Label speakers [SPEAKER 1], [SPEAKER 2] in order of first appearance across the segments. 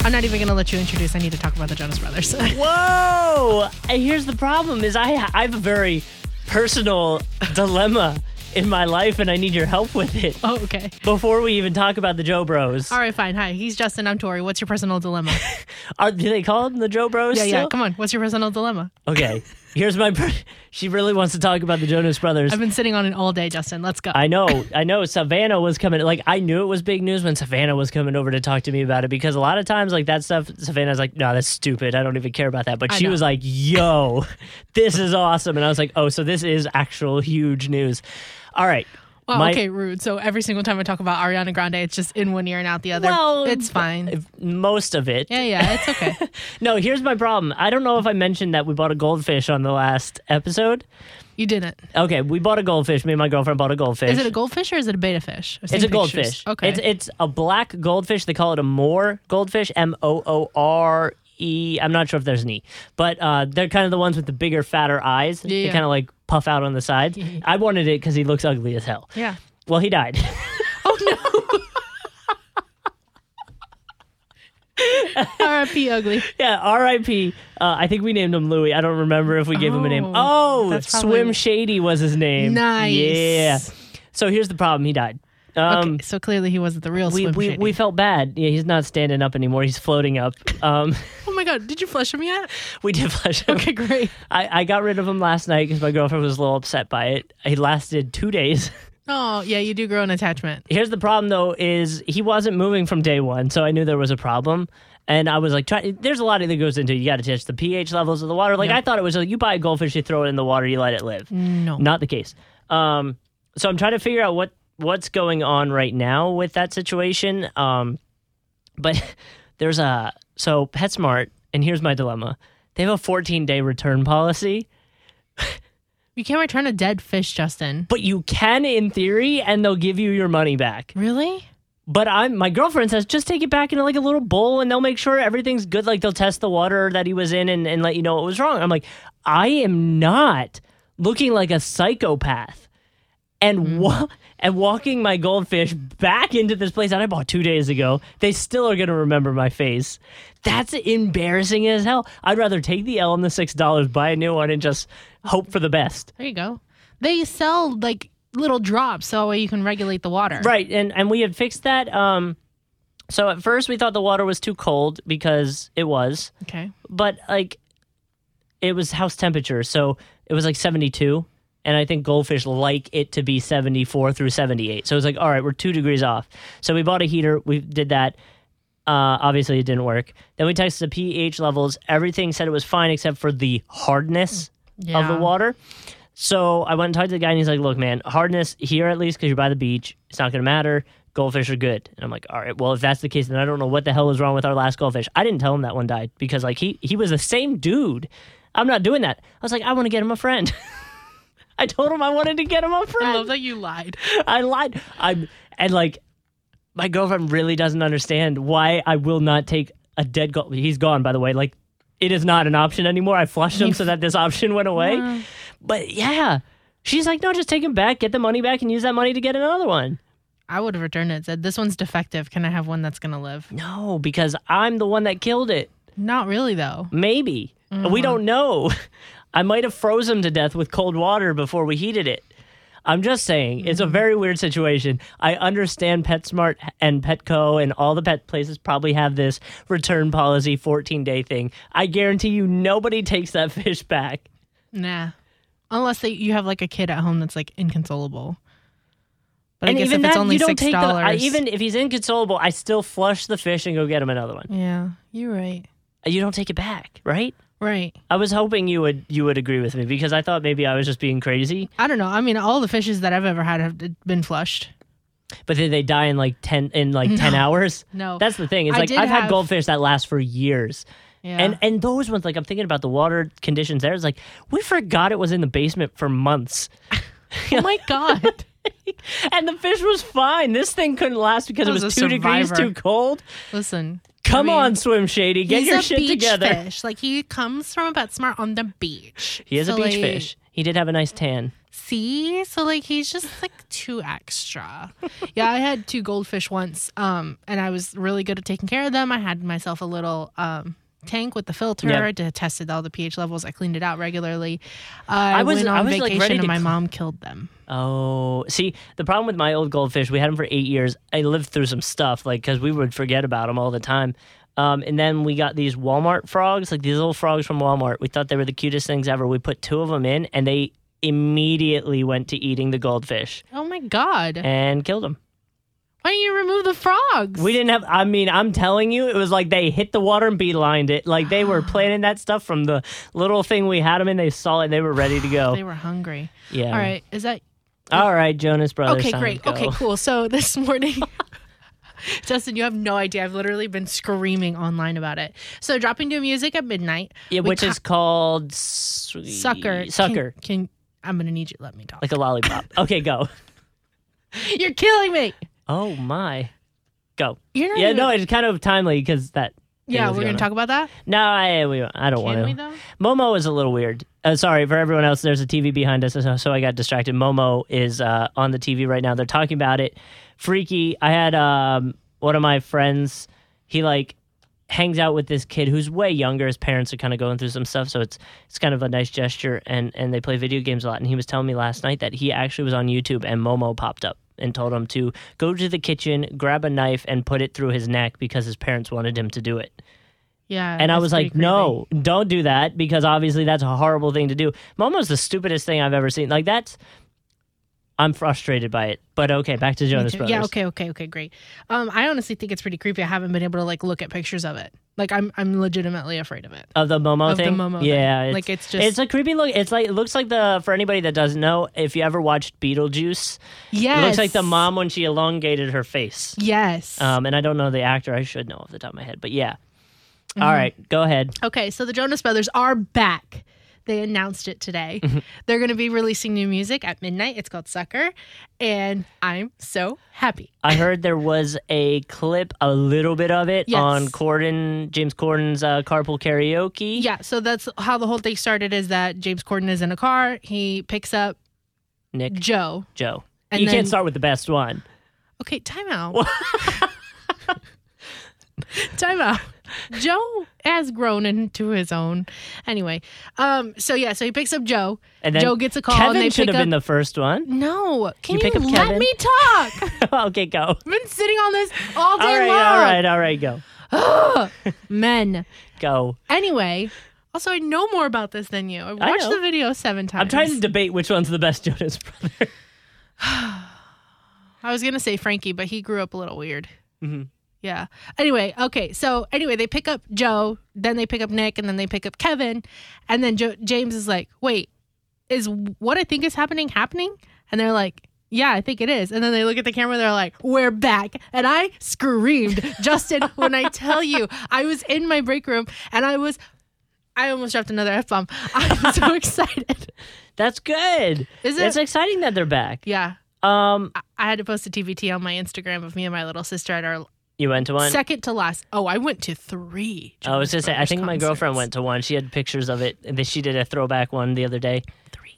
[SPEAKER 1] I'm not even going to let you introduce. I need to talk about the Jonas Brothers.
[SPEAKER 2] Whoa! And here's the problem: is I I have a very personal dilemma in my life, and I need your help with it.
[SPEAKER 1] oh, okay.
[SPEAKER 2] Before we even talk about the Joe Bros,
[SPEAKER 1] All right, fine. Hi, he's Justin. I'm Tori. What's your personal dilemma?
[SPEAKER 2] Are, do they call them the Joe Bros?
[SPEAKER 1] Yeah, yeah.
[SPEAKER 2] still?
[SPEAKER 1] Come on. What's your personal dilemma?
[SPEAKER 2] Okay, here's my. Per- she really wants to talk about the Jonas Brothers.
[SPEAKER 1] I've been sitting on it all day, Justin. Let's go.
[SPEAKER 2] I know, I know. Savannah was coming. Like I knew it was big news when Savannah was coming over to talk to me about it because a lot of times, like that stuff, Savannah's like, "No, that's stupid. I don't even care about that." But
[SPEAKER 1] I
[SPEAKER 2] she
[SPEAKER 1] know.
[SPEAKER 2] was like, "Yo, this is awesome," and I was like, "Oh, so this is actual huge news." All right.
[SPEAKER 1] Wow,
[SPEAKER 2] my-
[SPEAKER 1] okay, rude. So every single time I talk about Ariana Grande, it's just in one ear and out the other.
[SPEAKER 2] Well,
[SPEAKER 1] it's fine.
[SPEAKER 2] Most of it.
[SPEAKER 1] Yeah, yeah, it's okay.
[SPEAKER 2] No, here's my problem. I don't know if I mentioned that we bought a goldfish on the last episode.
[SPEAKER 1] You didn't.
[SPEAKER 2] Okay, we bought a goldfish. Me and my girlfriend bought a goldfish.
[SPEAKER 1] Is it a goldfish or is it a beta fish? I've seen
[SPEAKER 2] It's a
[SPEAKER 1] pictures.
[SPEAKER 2] goldfish.
[SPEAKER 1] Okay.
[SPEAKER 2] It's it's a black goldfish. They call it a moor goldfish. M O O R E. I'm not sure if there's an E, but uh, they're kind of the ones with the bigger, fatter eyes. They
[SPEAKER 1] yeah.
[SPEAKER 2] kind of like puff out on the sides. I wanted it because he looks ugly as hell.
[SPEAKER 1] yeah.
[SPEAKER 2] Well, he died.
[SPEAKER 1] R.I.P. Ugly.
[SPEAKER 2] yeah, R.I.P. Uh, I think we named him Louis. I don't remember if we gave him a name.
[SPEAKER 1] Oh,
[SPEAKER 2] Oh,
[SPEAKER 1] that's probably-
[SPEAKER 2] Swim Shady was his name.
[SPEAKER 1] Nice.
[SPEAKER 2] Yeah. So here's the problem. He died. Um,
[SPEAKER 1] okay, so clearly he wasn't the real
[SPEAKER 2] We,
[SPEAKER 1] Slim
[SPEAKER 2] we,
[SPEAKER 1] Shady.
[SPEAKER 2] we felt bad. Yeah, he's not standing up anymore. He's floating up. Um,
[SPEAKER 1] oh my God! Did you flush him yet?
[SPEAKER 2] we did flush him.
[SPEAKER 1] Okay, great.
[SPEAKER 2] I, I got rid of him last night because my girlfriend was a little upset by it. He lasted two days.
[SPEAKER 1] Oh yeah, you do grow an attachment.
[SPEAKER 2] Here's the problem though: is he wasn't moving from day one, so I knew there was a problem. And I was like, try, there's a lot that goes into it. You got to test the pH levels of the water. Like I thought it was like you buy a goldfish, you throw it in the water, you let it live.
[SPEAKER 1] No.
[SPEAKER 2] Not the case. Um, so I'm trying to figure out what what's going on right now with that situation. Um, but there's a so PetSmart, and here's my dilemma: they have a 14 day return policy.
[SPEAKER 1] You can't return a dead fish, Justin.
[SPEAKER 2] but you can in theory and they'll give you your money back
[SPEAKER 1] Really?
[SPEAKER 2] but i'm my girlfriend says just take it back into like a little bowl and they'll make sure everything's good like they'll test the water that he was in and, and let you know what was wrong i'm like i am not looking like a psychopath and wa- and walking my goldfish back into this place that i bought two days ago they still are going to remember my face that's embarrassing as hell i'd rather take the l and the six dollars buy a new one and just hope for the best
[SPEAKER 1] There you go. They sell like little drops, so that way you can regulate the water.
[SPEAKER 2] Right, and and we had fixed that. Um, so at first we thought the water was too cold because it was,
[SPEAKER 1] Okay.
[SPEAKER 2] but like it was house temperature, so it was like seventy two, and I think goldfish like it to be seventy four through seventy eight. So it was like, all right, we're two degrees off. So we bought a heater. We did that. Uh, obviously, it didn't work. Then we tested the pH levels. Everything said it was fine except for the hardness of the
[SPEAKER 1] Yeah.
[SPEAKER 2] water. So I went and talked to the guy, and he's like, "Look, man, hardness here at least because you're by the beach. It's not going to matter. Goldfish are good." And I'm like, "All right, well, if that's the case, then I don't know what the hell was wrong with our last goldfish. I didn't tell him that one died because like he he was the same dude. I'm not doing that. I was like, I want to get him a friend." I told him I wanted to get him a
[SPEAKER 1] I
[SPEAKER 2] friend.
[SPEAKER 1] love that you lied.
[SPEAKER 2] I lied. I'm and like my girlfriend really doesn't understand why I will not take a dead gold. He's gone, by the way. Like it is not an option anymore. I flushed him so that this option went away. But yeah, she's like, no, just take him back, get the money back, and use that money to get another one.
[SPEAKER 1] I would have returned it. Said this one's defective. Can I have one that's gonna live?
[SPEAKER 2] No, because I'm the one that killed it.
[SPEAKER 1] Not really though.
[SPEAKER 2] Maybe
[SPEAKER 1] Mm-hmm.
[SPEAKER 2] we don't know. I might have froze him to death with cold water before we heated it. I'm just saying, it's
[SPEAKER 1] Mm-hmm.
[SPEAKER 2] a very weird situation. I understand PetSmart and Petco and all the pet places probably have this return policy 14 day thing. I guarantee you nobody takes that fish back.
[SPEAKER 1] Nah. Unless they, you have like a kid at home that's like inconsolable. But I guess if it's
[SPEAKER 2] that,
[SPEAKER 1] only
[SPEAKER 2] you don't
[SPEAKER 1] six
[SPEAKER 2] take the, I,
[SPEAKER 1] dollars.
[SPEAKER 2] even if he's inconsolable, I still flush the fish and go get him another one.
[SPEAKER 1] Yeah, you're right.
[SPEAKER 2] You don't take it back, right?
[SPEAKER 1] Right.
[SPEAKER 2] I was hoping you would you would agree with me because I thought maybe I was just being crazy.
[SPEAKER 1] I don't know. I mean, all the fishes that I've ever had have been flushed.
[SPEAKER 2] But then they die in like ten in like ten hours.
[SPEAKER 1] No.
[SPEAKER 2] that's the thing. It's
[SPEAKER 1] I
[SPEAKER 2] like
[SPEAKER 1] did
[SPEAKER 2] I've had
[SPEAKER 1] have-
[SPEAKER 2] goldfish that last for years,
[SPEAKER 1] Yeah.
[SPEAKER 2] and and those ones like I'm thinking about the water conditions there. It's like we forgot it was in the basement for months,
[SPEAKER 1] oh my god.
[SPEAKER 2] and the fish was fine. This thing couldn't last because
[SPEAKER 1] That
[SPEAKER 2] it was,
[SPEAKER 1] was a
[SPEAKER 2] two degrees
[SPEAKER 1] survivor.
[SPEAKER 2] too cold.
[SPEAKER 1] Listen.
[SPEAKER 2] Come
[SPEAKER 1] I mean,
[SPEAKER 2] on, swim shady, get
[SPEAKER 1] he's
[SPEAKER 2] your
[SPEAKER 1] a
[SPEAKER 2] shit
[SPEAKER 1] beach
[SPEAKER 2] together.
[SPEAKER 1] fish. Like he comes from a PetSmart on the beach.
[SPEAKER 2] He is
[SPEAKER 1] So,
[SPEAKER 2] a beach
[SPEAKER 1] like,
[SPEAKER 2] fish. He did have a nice tan.
[SPEAKER 1] See? So like he's just like too extra. yeah, I had two goldfish once, um, and I was really good at taking care of them. I had myself a little um tank with the filter
[SPEAKER 2] Yeah.
[SPEAKER 1] to tested all the pH levels. I cleaned it out regularly. Uh,
[SPEAKER 2] I
[SPEAKER 1] I
[SPEAKER 2] was-
[SPEAKER 1] was went
[SPEAKER 2] I
[SPEAKER 1] on
[SPEAKER 2] was, like,
[SPEAKER 1] vacation
[SPEAKER 2] ready to
[SPEAKER 1] and my
[SPEAKER 2] cl-
[SPEAKER 1] mom killed them.
[SPEAKER 2] Oh, see, the problem with my old goldfish, we had them for eight years. I lived through some stuff, like, because we would forget about them all the time. Um, and then we got these Walmart frogs, like these little frogs from Walmart. We thought they were the cutest things ever. We put two of them in, and they immediately went to eating the goldfish
[SPEAKER 1] Oh my god.
[SPEAKER 2] and killed them.
[SPEAKER 1] Why don't you remove the frogs?
[SPEAKER 2] We didn't have, I mean, I'm telling you, it was like they hit the water and beelined it. Like they were planning that stuff from the little thing we had them in. They saw it and they were ready to
[SPEAKER 1] they
[SPEAKER 2] go.
[SPEAKER 1] were hungry.
[SPEAKER 2] Yeah.
[SPEAKER 1] All right. Is that
[SPEAKER 2] All right, Jonas Brothers.
[SPEAKER 1] Okay,
[SPEAKER 2] time to
[SPEAKER 1] great.
[SPEAKER 2] go.
[SPEAKER 1] Okay, cool. So this morning, Justin, you have no idea. I've literally been screaming online about it. So dropping new music at midnight.
[SPEAKER 2] Yeah,
[SPEAKER 1] We
[SPEAKER 2] which
[SPEAKER 1] ca-
[SPEAKER 2] is called sweet-
[SPEAKER 1] sucker, can-
[SPEAKER 2] Sucker,
[SPEAKER 1] Can, I'm gonna need you? to Let me talk.
[SPEAKER 2] like a lollipop. Okay, go.
[SPEAKER 1] You're killing me.
[SPEAKER 2] Oh my, go.
[SPEAKER 1] You're not
[SPEAKER 2] Yeah,
[SPEAKER 1] even-
[SPEAKER 2] no, it's kind of timely because that.
[SPEAKER 1] Yeah,
[SPEAKER 2] was
[SPEAKER 1] we're gonna
[SPEAKER 2] gonna-
[SPEAKER 1] talk about that.
[SPEAKER 2] No, I we, I don't
[SPEAKER 1] Can we
[SPEAKER 2] want to.
[SPEAKER 1] though?
[SPEAKER 2] Momo is a little weird. Uh, sorry for everyone else. There's a TV behind us, so, so I got distracted. Momo is uh, on the TV right now. They're talking about it. Freaky. I had um, one of my friends. He like hangs out with this kid who's way younger. His parents are kind of going through some stuff, so it's it's kind of a nice gesture. And and they play video games a lot. And he was telling me last night that he actually was on YouTube and Momo popped up and told him to go to the kitchen, grab a knife, and put it through his neck because his parents wanted him to do it.
[SPEAKER 1] Yeah.
[SPEAKER 2] And I
[SPEAKER 1] that's
[SPEAKER 2] was
[SPEAKER 1] pretty
[SPEAKER 2] like, no, don't do that because obviously that's a horrible thing to do. Momo's the stupidest thing I've ever seen. Like, that's. I'm frustrated by it. But okay, back to
[SPEAKER 1] creepy. Me
[SPEAKER 2] Jonas
[SPEAKER 1] too.
[SPEAKER 2] Brothers.
[SPEAKER 1] Yeah. Okay. Okay. Okay. Great. Um, I honestly think it's pretty creepy. I haven't been able to like look at pictures of it. Like I'm, I'm legitimately afraid of it.
[SPEAKER 2] Of the Momo
[SPEAKER 1] Of the
[SPEAKER 2] thing?
[SPEAKER 1] Momo thing.
[SPEAKER 2] yeah. It's,
[SPEAKER 1] Like it's just.
[SPEAKER 2] it's a creepy look. It's like, it looks like the, for anybody that doesn't know, if you ever watched Beetlejuice,
[SPEAKER 1] yes.
[SPEAKER 2] it looks like the mom when she elongated her face.
[SPEAKER 1] Yes.
[SPEAKER 2] Um, and I don't know the actor. I should know off the top of my head. But yeah.
[SPEAKER 1] Mm-hmm.
[SPEAKER 2] All right, go ahead.
[SPEAKER 1] Okay, so the Jonas Brothers are back. They announced it today.
[SPEAKER 2] Mm-hmm.
[SPEAKER 1] They're going to be releasing new music at midnight. It's called Sucker, and I'm so happy.
[SPEAKER 2] I heard there was a clip, a little bit of it,
[SPEAKER 1] Yes.
[SPEAKER 2] on Corden, James Corden's uh, carpool karaoke.
[SPEAKER 1] Yeah, so that's how the whole thing started is that James Corden is in a car, he picks up
[SPEAKER 2] Nick,
[SPEAKER 1] Joe.
[SPEAKER 2] Joe.
[SPEAKER 1] And
[SPEAKER 2] you
[SPEAKER 1] then-
[SPEAKER 2] can't start with the best one.
[SPEAKER 1] Okay, time out. time out. Joe has grown into his own. Anyway, um so yeah, so he picks up Joe.
[SPEAKER 2] And then
[SPEAKER 1] Joe gets a call and
[SPEAKER 2] Kevin
[SPEAKER 1] they
[SPEAKER 2] should
[SPEAKER 1] pick
[SPEAKER 2] have
[SPEAKER 1] up
[SPEAKER 2] been the first one.
[SPEAKER 1] No, can
[SPEAKER 2] You
[SPEAKER 1] you,
[SPEAKER 2] pick up
[SPEAKER 1] let
[SPEAKER 2] Kevin?
[SPEAKER 1] me talk?
[SPEAKER 2] okay, go.
[SPEAKER 1] I've been sitting on this all day
[SPEAKER 2] All right,
[SPEAKER 1] long.
[SPEAKER 2] all right, all right, go.
[SPEAKER 1] Ugh, men.
[SPEAKER 2] Go.
[SPEAKER 1] Anyway, also I know more about this than you. I watched
[SPEAKER 2] know.
[SPEAKER 1] the video seven times.
[SPEAKER 2] I'm trying to debate which one's the best Jonas brother.
[SPEAKER 1] I was gonna say Frankie, but he grew up a little weird.
[SPEAKER 2] Mhm.
[SPEAKER 1] Yeah. Anyway, okay. So anyway, they pick up Joe, then they pick up Nick, and then they pick up Kevin, and then jo- James is like, "Wait, is what I think is happening happening?" And they're like. Yeah, I think it is. And then they look at the camera, they're like, We're back. And I screamed, Justin, when I tell you, I was in my break room and I was, I almost dropped another F bomb. I'm so excited.
[SPEAKER 2] That's good.
[SPEAKER 1] Is
[SPEAKER 2] It's
[SPEAKER 1] it?
[SPEAKER 2] exciting that they're back.
[SPEAKER 1] Yeah.
[SPEAKER 2] Um,
[SPEAKER 1] I- I had to post a TBT on my Instagram of me and my little sister at our
[SPEAKER 2] you went to one.
[SPEAKER 1] second to last. Oh, I went to three.
[SPEAKER 2] I
[SPEAKER 1] Jonas
[SPEAKER 2] was gonna say, I
[SPEAKER 1] Brothers
[SPEAKER 2] think my
[SPEAKER 1] concerts.
[SPEAKER 2] girlfriend went to one. She had pictures of it. And then She did a throwback one the other day.
[SPEAKER 1] three.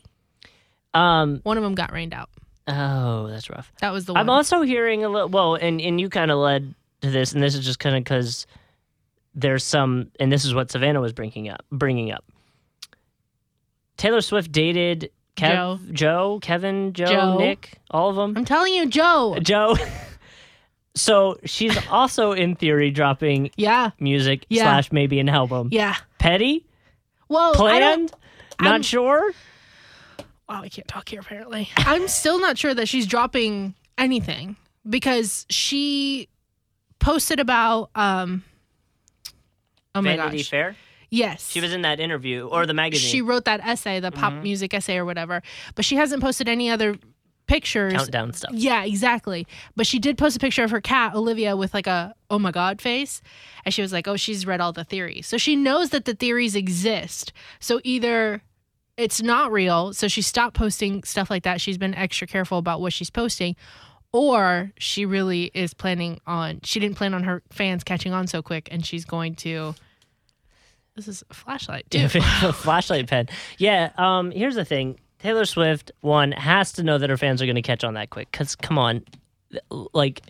[SPEAKER 2] Um,
[SPEAKER 1] One of them got rained out.
[SPEAKER 2] oh, that's rough.
[SPEAKER 1] That was the
[SPEAKER 2] I'm
[SPEAKER 1] one.
[SPEAKER 2] also hearing a little. Well, and and you kind of led to this, and this is just kind of because there's some, and this is what Savannah was bringing up. Bringing up. Taylor Swift dated Kev,
[SPEAKER 1] Joe.
[SPEAKER 2] Joe, Kevin, Joe,
[SPEAKER 1] Joe.
[SPEAKER 2] Nick, all of them.
[SPEAKER 1] I'm telling you, Joe.
[SPEAKER 2] Joe. so she's also in theory dropping
[SPEAKER 1] Yeah,
[SPEAKER 2] music
[SPEAKER 1] Yeah.
[SPEAKER 2] slash maybe an album.
[SPEAKER 1] yeah.
[SPEAKER 2] Petty
[SPEAKER 1] Well, I don't.
[SPEAKER 2] planned. Not
[SPEAKER 1] I'm-
[SPEAKER 2] sure.
[SPEAKER 1] Wow, I can't talk here. Apparently, I'm still not sure that she's dropping anything because she posted about. um Oh my
[SPEAKER 2] Vanity
[SPEAKER 1] gosh!
[SPEAKER 2] Fair.
[SPEAKER 1] Yes,
[SPEAKER 2] She was in that interview or the magazine. Mm-hmm.
[SPEAKER 1] she wrote that essay, the pop music essay or whatever, but she hasn't posted any other pictures.
[SPEAKER 2] countdown stuff.
[SPEAKER 1] Yeah, exactly. But she did post a picture of her cat, Olivia, with like a oh my god face. And she was like, oh, she's read all the theories. So she knows that the theories exist. So either it's not real, so she stopped posting stuff like that. She's been extra careful about what she's posting. Or she really is planning on, she didn't plan on her fans catching on so quick and she's going to. This is a flashlight, too.
[SPEAKER 2] flashlight pen. Yeah. Um. Here's the thing. Taylor Swift one has to know that her fans are going to catch on that quick. Cause come on, like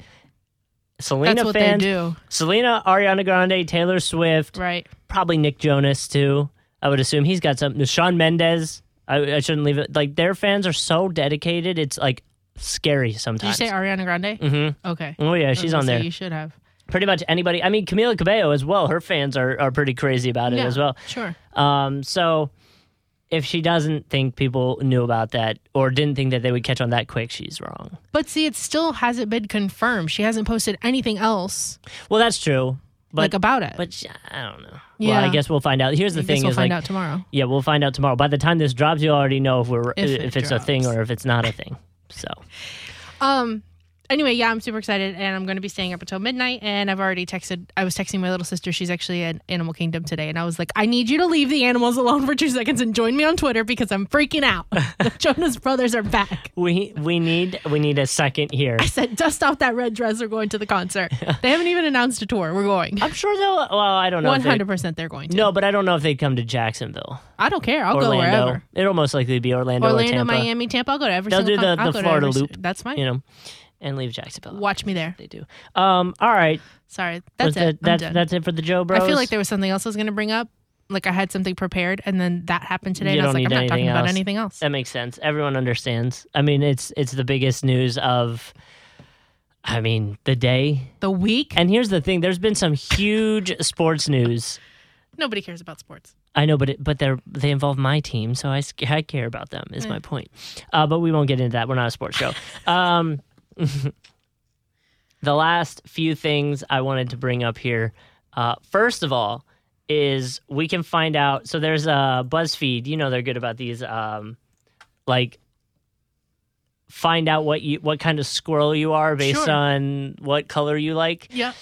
[SPEAKER 2] Selena
[SPEAKER 1] That's what
[SPEAKER 2] fans,
[SPEAKER 1] they do,
[SPEAKER 2] Selena, Ariana Grande, Taylor Swift,
[SPEAKER 1] right?
[SPEAKER 2] probably Nick Jonas too. I would assume he's got some. Sean Mendez. I, I shouldn't leave it. Like their fans are so dedicated. It's like scary
[SPEAKER 1] Did you
[SPEAKER 2] sometimes.
[SPEAKER 1] say Ariana Grande?
[SPEAKER 2] hmm
[SPEAKER 1] Okay,
[SPEAKER 2] Oh yeah,
[SPEAKER 1] I was
[SPEAKER 2] she's
[SPEAKER 1] gonna
[SPEAKER 2] on
[SPEAKER 1] say
[SPEAKER 2] there.
[SPEAKER 1] You should have.
[SPEAKER 2] Pretty much anybody. I mean, Camila Cabello as well. Her fans are are pretty crazy about it
[SPEAKER 1] Yeah.
[SPEAKER 2] as well.
[SPEAKER 1] Sure.
[SPEAKER 2] Um, so if she doesn't think people knew about that or didn't think that they would catch on that quick, she's wrong.
[SPEAKER 1] But see, it still hasn't been confirmed. She hasn't posted anything else
[SPEAKER 2] Well, that's true. But
[SPEAKER 1] like about it.
[SPEAKER 2] but sh- I don't know.
[SPEAKER 1] Yeah.
[SPEAKER 2] Well, I guess we'll find out. Here's the
[SPEAKER 1] I guess
[SPEAKER 2] thing:
[SPEAKER 1] we'll
[SPEAKER 2] is
[SPEAKER 1] find
[SPEAKER 2] like,
[SPEAKER 1] out tomorrow.
[SPEAKER 2] yeah, we'll find out tomorrow. By the time this drops, you already know if we're
[SPEAKER 1] If it
[SPEAKER 2] if, it's a thing
[SPEAKER 1] drops.
[SPEAKER 2] or if it's not a thing. So
[SPEAKER 1] Um. Anyway, yeah, I'm super excited, and I'm going to be staying up until midnight. And I've already texted. I was texting my little sister. She's actually at Animal Kingdom today, and I was like, "I need you to leave the animals alone for two seconds and join me on Twitter because I'm freaking out. the Jonas Brothers are back."
[SPEAKER 2] we we need we need a second here.
[SPEAKER 1] I said, "Dust off that red dress. We're going to the concert. they haven't even announced a tour. We're going.
[SPEAKER 2] I'm sure they'll. Well, I don't know. if
[SPEAKER 1] One
[SPEAKER 2] they-
[SPEAKER 1] hundred percent, they're going to.
[SPEAKER 2] No, but I don't know if they'd come to Jacksonville,
[SPEAKER 1] I don't care. I'll go
[SPEAKER 2] Orlando.
[SPEAKER 1] wherever.
[SPEAKER 2] It'll most likely be Orlando, or
[SPEAKER 1] Orlando,
[SPEAKER 2] Tampa.
[SPEAKER 1] Miami, Tampa. I'll go to every.
[SPEAKER 2] They'll
[SPEAKER 1] single
[SPEAKER 2] do the-
[SPEAKER 1] con- I'll
[SPEAKER 2] the
[SPEAKER 1] go to
[SPEAKER 2] Florida
[SPEAKER 1] every-
[SPEAKER 2] loop,
[SPEAKER 1] That's fine.
[SPEAKER 2] You know, and leave Jacksonville.
[SPEAKER 1] Watch me there.
[SPEAKER 2] they do. Um, all right.
[SPEAKER 1] Sorry, that's
[SPEAKER 2] Was that-
[SPEAKER 1] it. I'm
[SPEAKER 2] that's
[SPEAKER 1] done.
[SPEAKER 2] that's it for the Joe Bros.
[SPEAKER 1] I feel like there was something else I was going to bring up. Like I had something prepared, and then that happened today,
[SPEAKER 2] You
[SPEAKER 1] and I was like,
[SPEAKER 2] don't
[SPEAKER 1] I'm
[SPEAKER 2] need
[SPEAKER 1] not
[SPEAKER 2] anything
[SPEAKER 1] talking about
[SPEAKER 2] else.
[SPEAKER 1] anything else.
[SPEAKER 2] that makes sense. Everyone understands. I mean, it's it's the biggest news of. I mean, the day.
[SPEAKER 1] The week,
[SPEAKER 2] And here's the thing: there's been some huge sports news.
[SPEAKER 1] nobody cares about sports.
[SPEAKER 2] I know, but it, but they are they involve my team, so I, s- I care about them. Is my
[SPEAKER 1] Yeah.
[SPEAKER 2] point. Uh, but we won't get into that. We're not a sports show. Um, the last few things I wanted to bring up here. Uh, first of all, is we can find out. So there's uh, BuzzFeed. You know they're good about these. Um, like find out what you what kind of squirrel you are based
[SPEAKER 1] Sure.
[SPEAKER 2] on what color you like.
[SPEAKER 1] Yeah.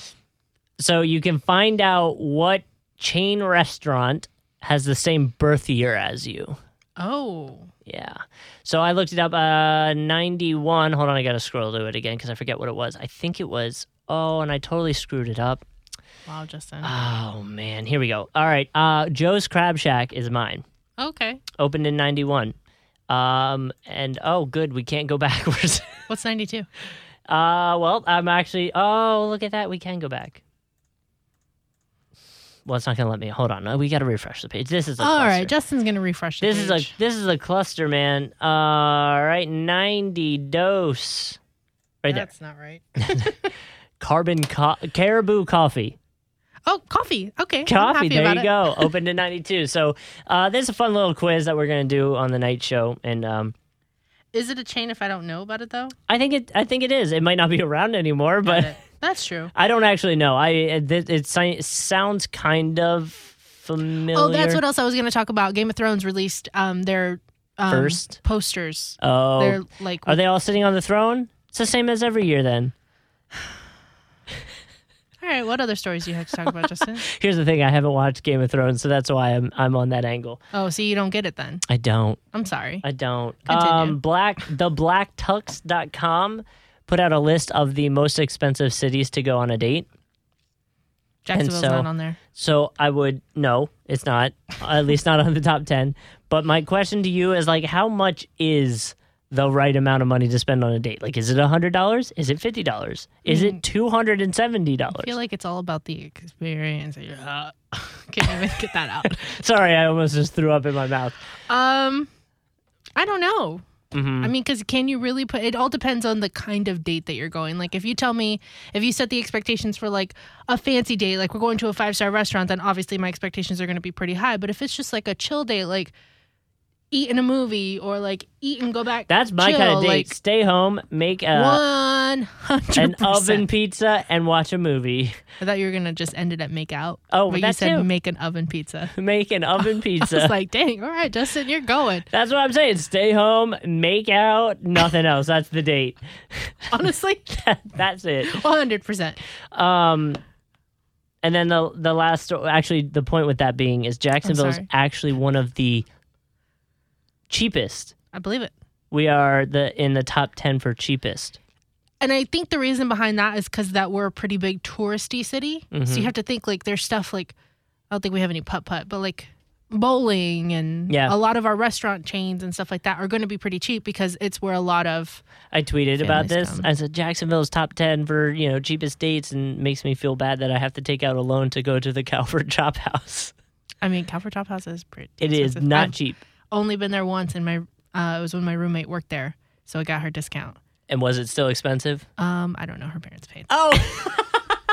[SPEAKER 2] So you can find out what chain restaurant has the same birth year as you.
[SPEAKER 1] Oh,
[SPEAKER 2] Yeah. So I looked it up. Uh, ninety-one. Hold on, I gotta scroll to it again because I forget what it was. I think it was. Oh, and I totally screwed it up.
[SPEAKER 1] wow, Justin.
[SPEAKER 2] Oh man, here we go. All right. Uh, Joe's Crab Shack is mine.
[SPEAKER 1] okay.
[SPEAKER 2] Opened in ninety-one. Um, and oh, good, we can't go backwards.
[SPEAKER 1] What's 92?
[SPEAKER 2] Uh, well, I'm actually. Oh, look at that. We can go back. Well, it's not gonna let me. Hold on. We gotta refresh the page. This is a
[SPEAKER 1] All
[SPEAKER 2] cluster.
[SPEAKER 1] right, Justin's going to refresh. The
[SPEAKER 2] This is a
[SPEAKER 1] page.
[SPEAKER 2] this is a cluster, man. All right, ninety dose, right there.
[SPEAKER 1] That's not right.
[SPEAKER 2] Carbon co- caribou coffee.
[SPEAKER 1] Oh, coffee. Okay. I'm
[SPEAKER 2] Coffee.
[SPEAKER 1] happy
[SPEAKER 2] There
[SPEAKER 1] about
[SPEAKER 2] you
[SPEAKER 1] it.
[SPEAKER 2] go. Opened in ninety two. So uh, there's a fun little quiz that we're gonna do on the night show, and um,
[SPEAKER 1] Is it a chain if I don't know about it though?
[SPEAKER 2] I think it I think it is. It might not be around anymore, but.
[SPEAKER 1] Got it. that's true.
[SPEAKER 2] I don't actually know. I it, it, it si- sounds kind of familiar.
[SPEAKER 1] Oh, that's what else I was going to talk about. Game of Thrones released um their um,
[SPEAKER 2] First?
[SPEAKER 1] posters.
[SPEAKER 2] Oh,
[SPEAKER 1] They're like
[SPEAKER 2] are they all sitting on the throne? It's the same as every year. Then
[SPEAKER 1] All right, what other stories do you have to talk about, Justin?
[SPEAKER 2] here's the thing: I haven't watched Game of Thrones, so that's why I'm I'm on that angle.
[SPEAKER 1] Oh, see, you don't get it then.
[SPEAKER 2] I don't.
[SPEAKER 1] I'm sorry.
[SPEAKER 2] I don't.
[SPEAKER 1] Continue.
[SPEAKER 2] Um, black the blacktux.com put out a list of the most expensive cities to go on a date.
[SPEAKER 1] Jacksonville's
[SPEAKER 2] so-
[SPEAKER 1] not on there.
[SPEAKER 2] So I would no, it's not. At least not on the top ten. But my question to you is like, how much is the right amount of money to spend on a date? Like, is it hundred dollars? Is it fifty dollars? Is it two hundred and seventy
[SPEAKER 1] Mm. I feel
[SPEAKER 2] dollars?
[SPEAKER 1] like it's all about the experience. Yeah. Can't even get that out.
[SPEAKER 2] Sorry, I almost just threw up in my mouth.
[SPEAKER 1] Um, I don't know.
[SPEAKER 2] Mm-hmm.
[SPEAKER 1] I mean, because can you really put? It all depends on the kind of date that you're going. Like, if you tell me, if you set the expectations for like a fancy date, like we're going to a five star restaurant, then obviously my expectations are going to be pretty high. But if it's just like a chill date, like eat in a movie or like eat and go back,
[SPEAKER 2] That's my kind
[SPEAKER 1] chill,
[SPEAKER 2] of date.
[SPEAKER 1] like,
[SPEAKER 2] Stay home, make a,
[SPEAKER 1] One hundred
[SPEAKER 2] an oven
[SPEAKER 1] percent.
[SPEAKER 2] pizza, and watch a movie.
[SPEAKER 1] I thought you were gonna just end it at make out.
[SPEAKER 2] Oh,
[SPEAKER 1] but you
[SPEAKER 2] that
[SPEAKER 1] said
[SPEAKER 2] too.
[SPEAKER 1] make an oven pizza.
[SPEAKER 2] Make an oven
[SPEAKER 1] I was
[SPEAKER 2] pizza.
[SPEAKER 1] like, dang, all right, Justin, you're going.
[SPEAKER 2] That's what I'm saying. Stay home, make out, nothing else. That's the date.
[SPEAKER 1] Honestly,
[SPEAKER 2] That's it.
[SPEAKER 1] one hundred percent.
[SPEAKER 2] Um, and then the the last sto- actually the point with that being is Jacksonville is
[SPEAKER 1] sorry.
[SPEAKER 2] actually one of the cheapest.
[SPEAKER 1] I believe it.
[SPEAKER 2] We are the in the top ten for cheapest.
[SPEAKER 1] And I think the reason behind that is because that we're a pretty
[SPEAKER 2] Mm-hmm.
[SPEAKER 1] big touristy city, so you have to think like there's stuff like I don't think we have any putt putt, but like bowling and
[SPEAKER 2] Yeah.
[SPEAKER 1] a lot of our restaurant chains and stuff like that are going to be pretty cheap because it's where a lot of
[SPEAKER 2] I tweeted about
[SPEAKER 1] Families
[SPEAKER 2] this.
[SPEAKER 1] come.
[SPEAKER 2] I said Jacksonville's top ten for you know cheapest dates, and makes me feel bad that I have to take out a loan to go to the Calvert Chop House.
[SPEAKER 1] I mean, Calvert Chop House is pretty.
[SPEAKER 2] It is
[SPEAKER 1] expensive.
[SPEAKER 2] not
[SPEAKER 1] I've
[SPEAKER 2] cheap.
[SPEAKER 1] only been there once, and my uh, it was when my roommate worked there, so I got her discount.
[SPEAKER 2] And was it still expensive?
[SPEAKER 1] Um, I don't know. Her parents paid.
[SPEAKER 2] Oh,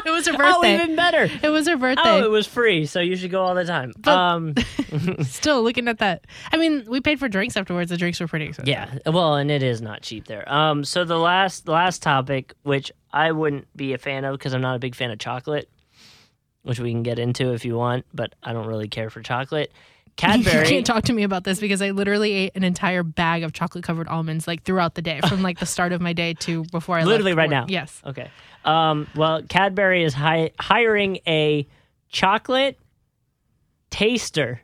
[SPEAKER 1] It was her
[SPEAKER 2] oh,
[SPEAKER 1] birthday.
[SPEAKER 2] even better.
[SPEAKER 1] it was her birthday.
[SPEAKER 2] Oh, it was free, so you should go all the time. um,
[SPEAKER 1] Still looking at that. I mean, we paid for drinks afterwards. The drinks were pretty expensive.
[SPEAKER 2] yeah. Well, and it is not cheap there. Um, so the last last topic, which I wouldn't be a fan of because I'm not a big fan of chocolate, which we can get into if you want, but I don't really care for chocolate. Cadbury.
[SPEAKER 1] You can't talk to me about this because I literally ate an entire bag of chocolate covered almonds like throughout the day, from like the start of my day to before I
[SPEAKER 2] Literally
[SPEAKER 1] left
[SPEAKER 2] right
[SPEAKER 1] work.
[SPEAKER 2] now.
[SPEAKER 1] Yes.
[SPEAKER 2] Okay. Um, well, Cadbury is hi- hiring a chocolate taster,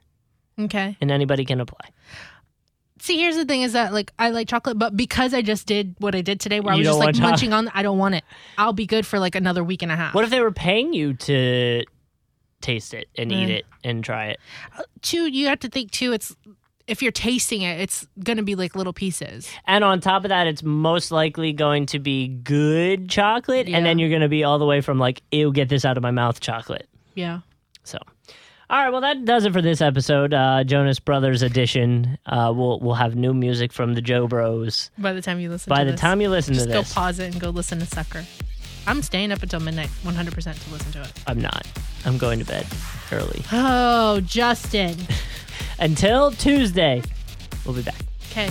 [SPEAKER 1] Okay.
[SPEAKER 2] and anybody can apply.
[SPEAKER 1] See, here's the thing: is that like I like chocolate, but because I just did what I did today, where I
[SPEAKER 2] You
[SPEAKER 1] was
[SPEAKER 2] don't
[SPEAKER 1] just like
[SPEAKER 2] want chocolate.
[SPEAKER 1] munching on, I don't want it. I'll be good for like another week and a half.
[SPEAKER 2] What if they were paying you to taste it and eat
[SPEAKER 1] Mm.
[SPEAKER 2] it and try it?
[SPEAKER 1] Two, you have to think too. It's if you're tasting it, it's gonna be like little pieces.
[SPEAKER 2] And on top of that, it's most likely going to be good chocolate,
[SPEAKER 1] Yeah.
[SPEAKER 2] and then you're going to be all the way from like, ew, get this out of my mouth chocolate.
[SPEAKER 1] Yeah.
[SPEAKER 2] So, all right, well, that does it for this episode, uh, Jonas Brothers edition. Uh, we'll we'll have new music from the Joe Bros.
[SPEAKER 1] By the time you listen,
[SPEAKER 2] By
[SPEAKER 1] to
[SPEAKER 2] the
[SPEAKER 1] this,
[SPEAKER 2] time you listen
[SPEAKER 1] just
[SPEAKER 2] to
[SPEAKER 1] go
[SPEAKER 2] this,
[SPEAKER 1] pause it and go listen to Sucker. I'm staying up until midnight, 100 percent to listen to it.
[SPEAKER 2] I'm not. I'm going to bed early.
[SPEAKER 1] Oh, Justin.
[SPEAKER 2] Until Tuesday, we'll be back.
[SPEAKER 1] Okay.